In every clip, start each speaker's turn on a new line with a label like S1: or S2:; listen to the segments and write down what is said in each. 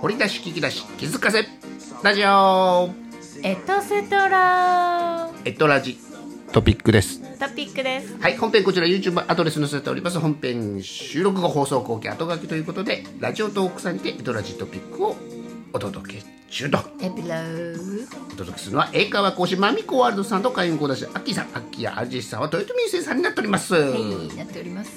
S1: 掘り出し聞き出し気づかせラジオ
S2: エトセトラ
S1: エトラジトピックです
S2: トピックです
S1: はい本編こちら YouTube アドレス載せております本編収録後放送後期後書きということでラジオトークさんにてエトラジトピックをお届け中と
S2: エピロー
S1: お届けするのは英会話講師マミコワールドさんと開運講談師アッキーさんアッキーやアルジェシさんは豊臣先生さんになっております、
S2: はいなっております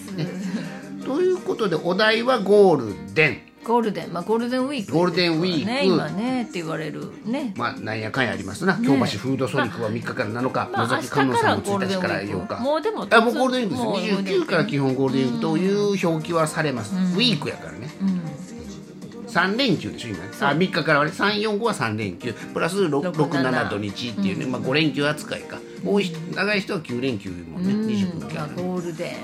S1: ということでお題はゴールデン
S2: ゴールデンまあゴールデンウィーク
S1: ゴールデンウィーク
S2: ね今ねって言われるね
S1: まあなんやかんやありますな、京橋フードソニックは3日から7日、
S2: まあ
S1: 野崎観音さんも1日から
S2: 明日からゴールデンウ
S1: 8日
S2: ィークもうでも
S1: あもうゴールデンウィ
S2: もう
S1: ークです29から基本ゴールデンウィークという表記はされます、ウィークやからね、三3連休でしょ今ねあ3日からはね345は3連休プラス67土日っていうね、まあ、5連休扱いか多い人長い人は9連休もね
S2: うん
S1: 29
S2: ま
S1: 日あ
S2: あ
S1: る、
S2: ゴールデ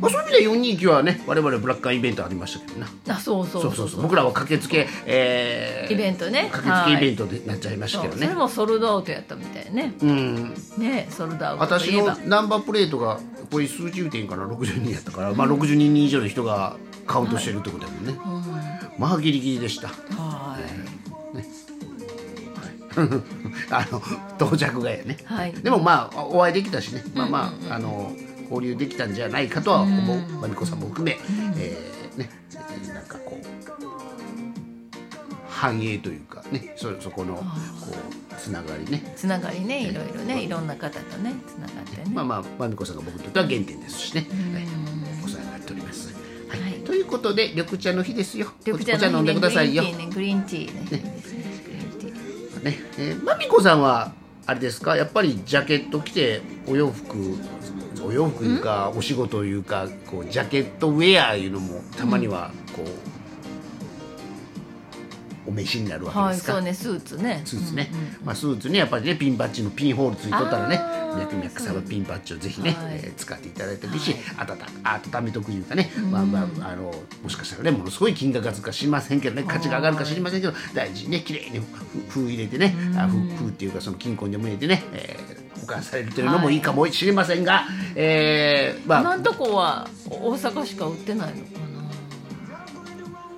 S1: まあ、そういう意味で429はね我々ブラックアイイベントありましたけどな
S2: ンあそうそう
S1: そうそうそう僕らは駆けつけ、えー
S2: イベントね
S1: 駆けつけイベントでなっちゃいました
S2: そ
S1: け
S2: う
S1: ど
S2: そ
S1: ね、
S2: れもソルドアウトやったみたいね
S1: うん
S2: ねソルドアウトと
S1: 私
S2: いえ
S1: の
S2: ば
S1: ナンバープレートがこれ数十点から60人やったから、まあ、60人以上の人がカウントしてるってことやもんね、まあギリギリでした
S2: はい
S1: あの到着がやね、
S2: はい
S1: でもまあお会いできたしねまあまああの交流できたんじゃないかとは思うまみこさんも含め、えーねなんかこう繁栄というかねそそこのこうつながりね
S2: つながりねいろいろねいろんな方とねつながってね
S1: まあまあ、まみこさんが僕にとっては原点ですしね、はい、お世話になっております。はい
S2: はい
S1: ということで緑茶の日ですよ
S2: 緑
S1: お茶
S2: 茶
S1: 飲
S2: の
S1: んでくださいよ、
S2: グリ
S1: ね
S2: ーンティーねグリーンティーねいいですねグリーンティー
S1: えーまみこさんはあれですかやっぱりジャケット着てお洋服お洋服いうかお仕事いうかこうジャケットウェアいうのもたまにはこう、お召しになるわ
S2: は
S1: け
S2: い
S1: ですか、
S2: そうねスーツね
S1: スーツね、まあ、スーツにやっぱりねピンバッジのピンホールついとったらね
S2: あー
S1: 脈々さんはピンバッジをぜひね、
S2: はい
S1: えー使っていただいてもいいし、温か温めとくいうかね、まあまあ、あのもしかしたらねものすごい金額がつくか知りませんけどね価値が上がるか知りませんけど大事にね綺麗にふ封入れてねあふ封っていうかその金庫にも入れてね、えー保管されるというのもいいかもしれませんが、えーま
S2: 今
S1: あ
S2: んとこはお大阪しか売ってないのかな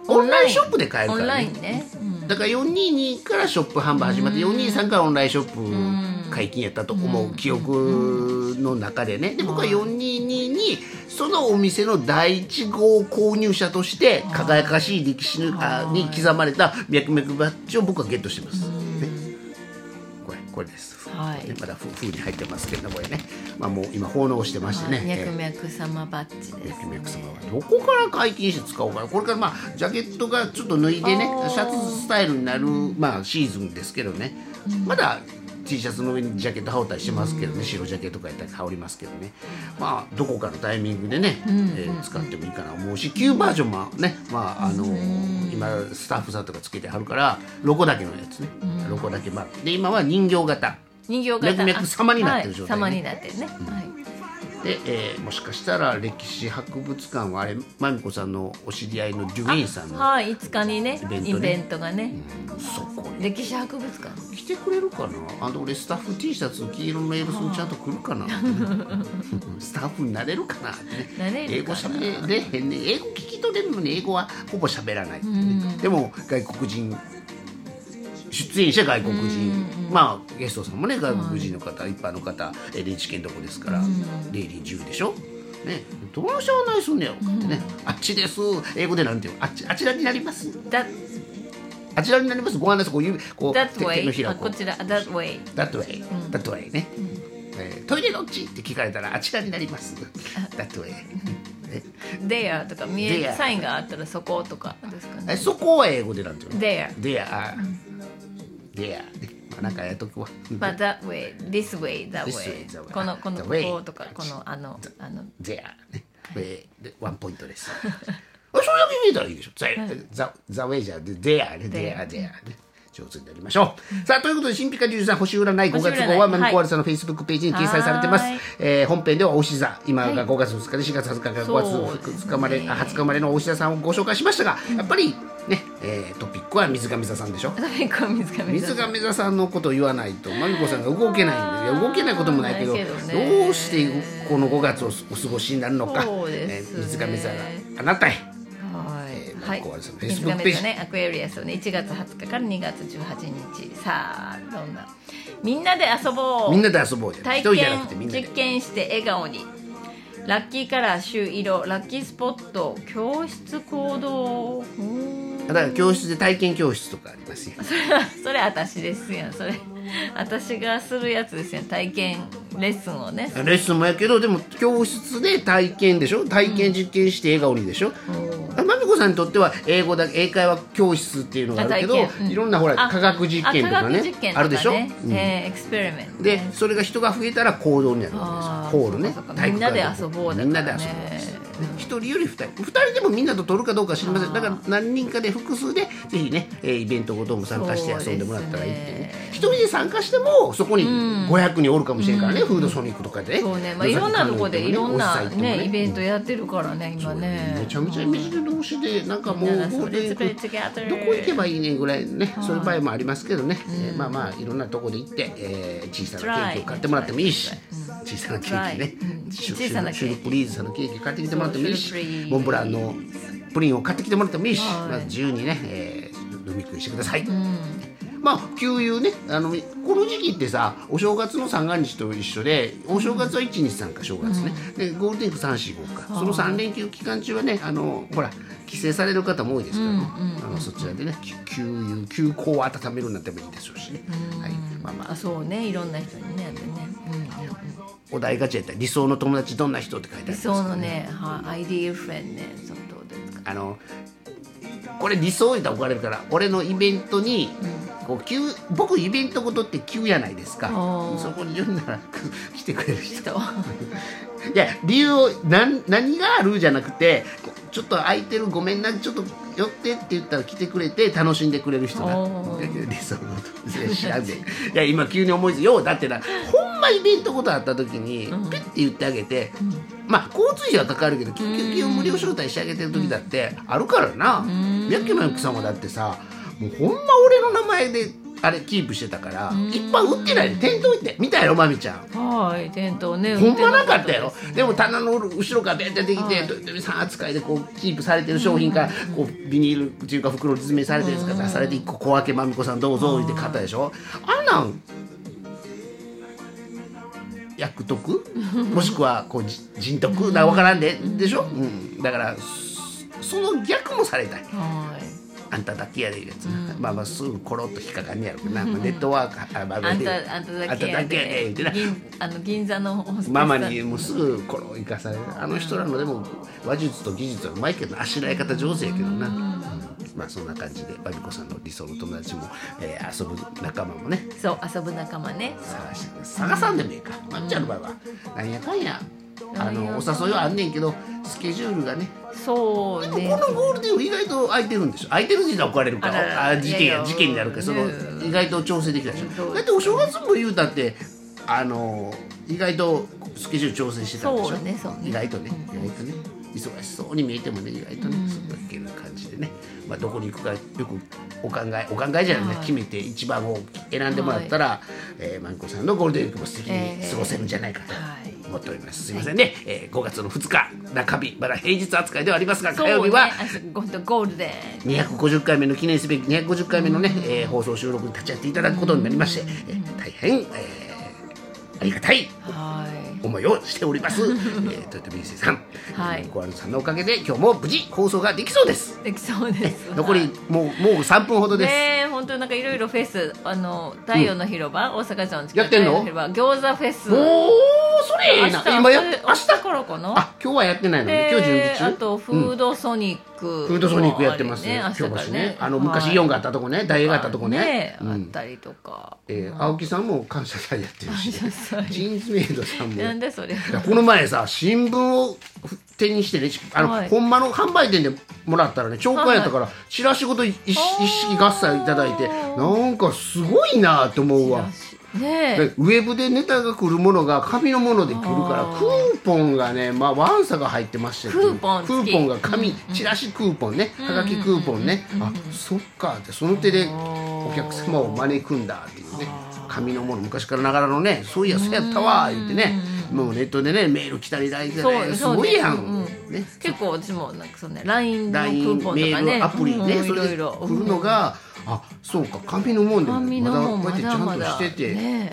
S1: オンラインショップで買える
S2: オ
S1: か
S2: ン
S1: ら
S2: ラ
S1: ね
S2: インね
S1: だから422からショップ販売始まって423からオンラインショップ解禁やったと思う記憶の中でねで僕は422にそのお店の第1号購入者として輝かしい歴史にあに刻まれた脈々バッジを僕はゲットしてます。ねこれこれです、
S2: はい
S1: ねまだふ封に入ってますけどねこれね、まあ、もう今奉納してましてね、えー
S2: ミャク様バッジで
S1: 焼
S2: す
S1: き目く様はどこから解禁して使おうかなこれからまあジャケットがちょっと脱いでね
S2: あー
S1: シャツスタイルになる、まあ、シーズンですけどねまだ T シャツの上にジャケット羽織ったりしてますけどね白ジャケットとかやったら羽織りますけどねまあどこかのタイミングでね、えー使ってもいいかな思うし旧バージョンもねまああの今スタッフさんとかつけてはるからロコだけのやつねロコだけまあで今は人形型
S2: 人形型
S1: 脈々様になってる状態ね
S2: はい様になってるねはい
S1: で、えーもしかしたら歴史博物館はあれまみこさんのお知り合いのデュインさんの
S2: はい5日にね
S1: イベントね
S2: イベントがね
S1: そこに
S2: 歴史博物館
S1: 来てくれるかなあの俺スタッフ T シャツ黄色のエルソンちゃんと来るか なスタッフになれるかなって
S2: な
S1: ね
S2: れ
S1: 英
S2: るか
S1: 語
S2: な
S1: しゃべれへんね英語聞き取れるのに英語はほぼしゃべらないってね、でも外国人出演者外国人、まあゲストさんもね外国人の方、一般の方 NHK のとこですから、レイリー10でしょね、どうしようないすんねやろってね、あっちです英語でなんていうのあっちあちらになります
S2: だ
S1: あちらになりますご案内ですこういうこう
S2: That
S1: 手のひ
S2: way
S1: らを
S2: あ
S1: こう
S2: こちら That way
S1: だとえ、だとえね、えートイレどっちって聞かれたらあちらになります。だとえ。え
S2: There とか見え
S1: There
S2: るサインがあったらそことかですか
S1: え
S2: ね
S1: そこは英語でなんていうの。
S2: There
S1: でや、でや、まあなんかやっとくわ。
S2: まあ That way This way That
S1: This way, that
S2: way
S1: way
S2: このこの
S1: The
S2: こ
S1: way
S2: ことかこのあのあの
S1: でや、ね、えーでワンポイントです。 あそれだけ見えたらいいでしょ。ザザザウェイじゃででやね、でやでやね。上手になりましょう。さあ、ということで、新ピカリュウさん、星占い5
S2: 星占い
S1: 月号は、マミ
S2: はい
S1: コワルさんのフェイスブックページに掲載されてます
S2: はーい。
S1: えー本編では、おし座、今が5月2日で、4月20日から5月2日まで、
S2: そうですね
S1: あ20日までのおし座さんをご紹介しましたが、やっぱり、ね、えートピックは水上座さんでしょ。
S2: ダメか水上座
S1: 水上座さんのことを言わないとマミコさんが動けないんですよ動けないこともないけど
S2: ないけどね
S1: どうしてこの5月をお過ごしになるのか、
S2: そうで
S1: え
S2: す
S1: ー
S2: ね
S1: 水上座があなたへ、
S2: は
S1: えー
S2: いはい。
S1: こうあれですね
S2: 水亀
S1: Facebook ページ
S2: 座ね、アクエリアスをね、1月20日から2月18日。さあ、どんな。みんなで遊ぼう。
S1: みんなで遊ぼうよ一
S2: 体
S1: 人じゃな
S2: 験
S1: くてみんなで
S2: 実験して笑顔にラッキーカラー朱色ラッキースポット教室行動うーん
S1: だから教室で体験教室とかありますよ
S2: それは それ私ですやんそれ私がするやつですやん体験レッスンをね
S1: レッスンもやけどでも教室で体験でしょ体験実験して笑顔にでしょ、あまみこさんにとっては英語だ英会話教室っていうのがあるけど、
S2: あ体験うん
S1: いろんなほら
S2: あ
S1: 科学実験とかね
S2: あ科学実験とかね
S1: あるでしょ、
S2: え
S1: うん
S2: ーエクスペリメント
S1: でそれが人が増えたら行動になるわけで
S2: あー
S1: すよホールね
S2: そうかそうか
S1: 体育館
S2: みんなで遊ぼうだからね
S1: みんなで遊ぼうですね一人より二人二人でもみんなと取るかどうかは知りませんだから何人かで複数でぜひねえーイベントごとも参加して遊んでもらったらいいっていうね
S2: そうですね
S1: 一人で参加してもそこに500人おるかもしれんからね、フードソニックとかでね
S2: そうね、まあ、いろんなとこでいろん
S1: お
S2: な
S1: っさとか
S2: ねイベントやってるからね今ね
S1: めちゃめちゃ目白同士でなんかもう
S2: みんなで
S1: ゴールデンウィーク
S2: let's play together
S1: どこ行けばいいねんぐらいねそういう場合もありますけどね、えーまあまあいろんなとこで行って、えー小さなケーキを買ってもらってもいいし
S2: Try
S1: 小さなケーキね
S2: Try うん
S1: シュ
S2: 小さなケーキ
S1: シュルプリーズさんのケーキ買ってきてもらってもいいし
S2: そうシュルプリーズ
S1: モンブランのプリンを買ってきてもらってもいいし、
S2: はい
S1: まあ、自由にね、えー飲み食いしてください。まあ、給油ねあのこの時期ってさお正月の三が日と一緒でお正月は1日3か正月ね、でゴールデンウィーク345かその3連休期間中はねあのほら帰省される方も多いですから、ねあのそちらでねき給油給口を温めるなんてもいいでしょうしね、はい、まあまあ
S2: あそうねいろんな人にねやってね、うんうん
S1: お題ガチャやったら理想の友達どんな人って書いてあり
S2: 理
S1: ます
S2: 想のね、はい、アイディアフレンね、そのどうですか。
S1: あのこれ理想言うたら怒られるから俺のイベントに、こう急僕イベントごとって急やないですか
S2: ー
S1: そこに呼んだら来てくれる人
S2: 人、
S1: いや理由を何何があるじゃなくてこうちょっと空いてるごめんなちょっと寄ってって言ったら来てくれて楽しんでくれる人が
S2: おー
S1: 理想のこといや知らんでいや今急に思いついようだってなほんまイベントことあった時にピッて言ってあげて、まあ交通費はかかるけど緊急緊急無料招待してあげてる時だってあるからなやっけまゆきさんはだってさもうほんま俺の名前であれキープしてたから一般売ってないで店頭行って見たよまみちゃん
S2: はい、店頭ね。
S1: ほんまなかったよ
S2: 売て
S1: でも棚の後ろからベンってできて
S2: はい
S1: 豊臣さん扱いでこうキープされてる商品からこうビニールというか袋に詰めされてるんですから出されて一個小分けまみこさんどうぞって買ったでしょあんなん役得 もしくはこうじ人徳だ分からんででしょ、うん、だからそその逆もされたい
S2: なかったです
S1: あんただけやでいうやつ、まあまあすぐコロッと引っかかんねやろうけどな、まあネットワークあまあ
S2: はい。あん
S1: で
S2: た、あんただけ
S1: あ
S2: や
S1: んただけやで
S2: で。
S1: ってな
S2: 銀あの銀座のホステスさん
S1: ママにもうすぐこの生かされるあの人らのでも話術と技術はうまいけどなあしらい方上手やけどな、まあそんな感じでバビコさんの理想の友達も、えー遊ぶ仲間もね
S2: そう、遊ぶ仲間ね。
S1: 探して探さんでもいいかまっちゃんの場合はなんやかんやあ
S2: なん
S1: のお
S2: やかん
S1: 誘いはあんねんけどスケジュールがね
S2: そう
S1: で
S2: ね
S1: も。このゴールデンウィーク意外と空いてるんでしょ空いてる時は怒られるか
S2: あらら
S1: らあ事件
S2: いやい
S1: や
S2: や
S1: 事件になるからその
S2: ね
S1: 意外と調整できないでし
S2: そ
S1: ょ
S2: う
S1: だってお正月も言うたってあの意外とスケジュール調整してたんでしょ
S2: そうねそうね
S1: 意外とね意外とね忙しそうに見えてもね意外とねそんなけな感じでねまあどこに行くかよくお考えお考えじゃないね
S2: はい
S1: 決めて一番を選んでもらったらえーまんこさんのゴールデンウィークも素敵に過ごせるんじゃないかと
S2: はい
S1: 思っておりますすいませんねえー5月の2日中日まだ平日扱いではありますが
S2: そう
S1: 火
S2: ね
S1: 曜日は、
S2: あそうゴールゴールデン。
S1: 250回目の記念すべき250回目のね、えー放送収録に立ち会っていただくことになりまして、えー大変、えーありがたい
S2: はい。
S1: 思いをしており ます、えー、豊臣秀さん、
S2: はい
S1: コアルさんのおかげで今日も無事放送ができそうです
S2: できそうです。
S1: 残りもうもう3分ほどです、
S2: ねえ本当になんかいろいろフェスあの太陽の広場、大阪城の近く
S1: やってんの
S2: 太陽広場餃子フェス
S1: おーそれええ
S2: 明
S1: な
S2: 日
S1: 今や
S2: 明
S1: 明
S2: 日
S1: 日
S2: からかな
S1: あ今日はやってないのね今日準
S2: で
S1: 備中
S2: あとフ
S1: うん
S2: ードソニック、
S1: フードソニックやってます
S2: ね
S1: ね
S2: 明日
S1: 京
S2: から
S1: 橋
S2: ね
S1: ねあの昔イオンがあったとこね大映があったとこね
S2: ね
S1: うん
S2: あったりとか、
S1: えー青木さんも「感謝祭」やってるし
S2: 感謝祭
S1: ジーンズメイドさんも
S2: なんでそれ
S1: いやこの前さ新聞を手にしてねあの、
S2: はい
S1: ほんまの販売店でもらったらね超過やったから、チラシごと一一一式合切いただいてなんかすごいなと思うわ
S2: ね
S1: でウェブでネタが来るものが紙のもので来るか
S2: あ
S1: ら
S2: ー
S1: クーポンがねまあワンサが入ってましたよ
S2: クーポン
S1: クーポンが紙、チラシクーポンねはがきクーポンね、あそっかってその手でお客様を招くんだっていうね紙のもの昔からながらのねそういやそうやったわ言ってね、もうネットでねメール来たり LINE 来た
S2: そう
S1: りす
S2: そうね
S1: ごいや
S2: うんん
S1: ね
S2: 結構私もなんかそのね LINE のク
S1: LINE
S2: ーポン
S1: メ
S2: と
S1: ー
S2: か
S1: ル
S2: ね
S1: アプリね
S2: うん
S1: そ
S2: いろ
S1: れで
S2: いろ
S1: 来るのがあそうか紙のもんでも
S2: 紙
S1: ま
S2: の
S1: だ
S2: も
S1: こうやって
S2: ま
S1: ちゃ
S2: だま
S1: んと
S2: だ
S1: してて。
S2: ね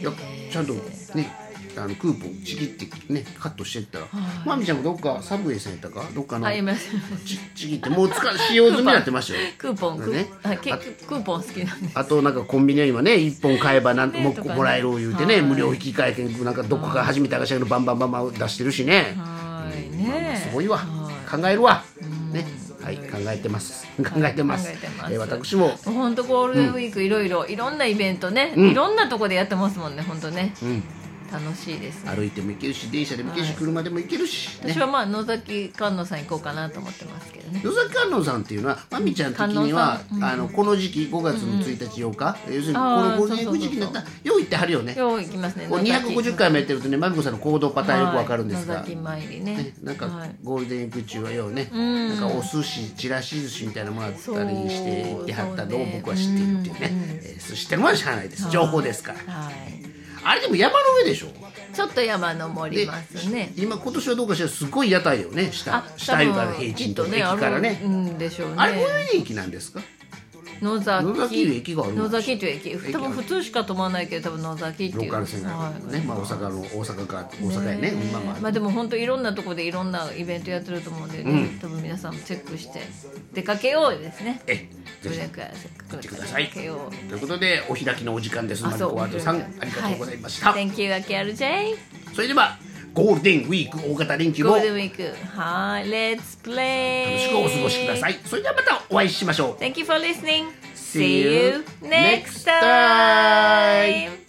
S1: やっぱちゃんとねあのクーポンちぎってねカットしてったら、まみちゃんもどっかサブウェイさんやったかどっかの
S2: あやめなさい
S1: ちちぎってもう使う使用済みになってましたよ
S2: クーポンク
S1: ね
S2: ーはい結局クーポン好きなんで
S1: あとなんかコンビニは今ね一本買えばなん
S2: ね
S1: もう
S2: とかね
S1: もらえる言うてね、
S2: はい
S1: 無料引き換え券なんかどこから始めたかしらのバンバンバンバン出してるしね、
S2: はい
S1: まあ
S2: ね
S1: すごいわ
S2: は
S1: 考えるわねはい考えてます 考えてます,、
S2: 考えてます
S1: えー私も
S2: い本当ゴールデンウィークいろいろいろんなイベントね
S1: うん
S2: いろんなとこでやってますもんね本当ね
S1: うん
S2: 楽しいですね
S1: 歩いても行けるし電車でも行けるし、
S2: はい
S1: 車でも行けるし、ね
S2: 私はまあ野崎観音さん行こうかなと思ってますけどね
S1: 野崎観音さんっていうのはまみちゃん的には
S2: 観音さんうん
S1: あのこの時期5月の1日8日、要するにこ
S2: あ
S1: の
S2: ー
S1: ゴールデンウィーク時期になったらよう行ってはるよね
S2: 今日行きますね
S1: こう250回もやってるとねまみこさんの行動パターンよくわかるんですが、
S2: はい野崎参りね
S1: ね、なん
S2: は
S1: か
S2: い
S1: ゴールデンウィーク中はようね、
S2: うん
S1: なんかお寿司ちらし寿司みたいなものあったりして
S2: そう
S1: 行ってはったのを
S2: そうね
S1: 僕は知っているっていうね
S2: うん
S1: えーそう知ってるものは知らないです情報ですから
S2: はい
S1: あれでも山の上でしょ
S2: ちょっと山登りますね
S1: 今今年はどうかしらすごい屋台よね下下
S2: 多
S1: 湯
S2: 分
S1: から平地と
S2: きっ
S1: 駅からね
S2: あるんでしょうね
S1: あれこういう駅なんですか
S2: 野崎
S1: 野崎いう駅があるんで
S2: 野
S1: すよ
S2: 崎という駅多分普通しか飛ばないけど多分野崎って
S1: ロ
S2: いう
S1: ーカル線があるんだよね、まあ、大阪の大阪か大阪やね
S2: え
S1: まあまあ、
S2: まあでも本当いろんなとこでいろんなイベントやってると思うんで、ね
S1: うん
S2: 多分皆さんもチェックして出かけようですね
S1: え
S2: ど
S1: ぜ
S2: れ
S1: ひ
S2: くらいせっかく
S1: 行っ
S2: だ
S1: て
S2: か
S1: く
S2: ら
S1: ださい
S2: 出かけよう
S1: ということでお開きのお時間ですマリコワートさんありがとうございました、
S2: はい、Thank you, AKRJ
S1: それではゴールデンウィーク大型連休
S2: ゴ
S1: も
S2: ール
S1: 楽し
S2: デンウィークはい Let's play
S1: くお過ごしくださいそれではまたお会いしましょう
S2: Thank you for listening
S1: See you next
S2: next
S1: time.
S2: time.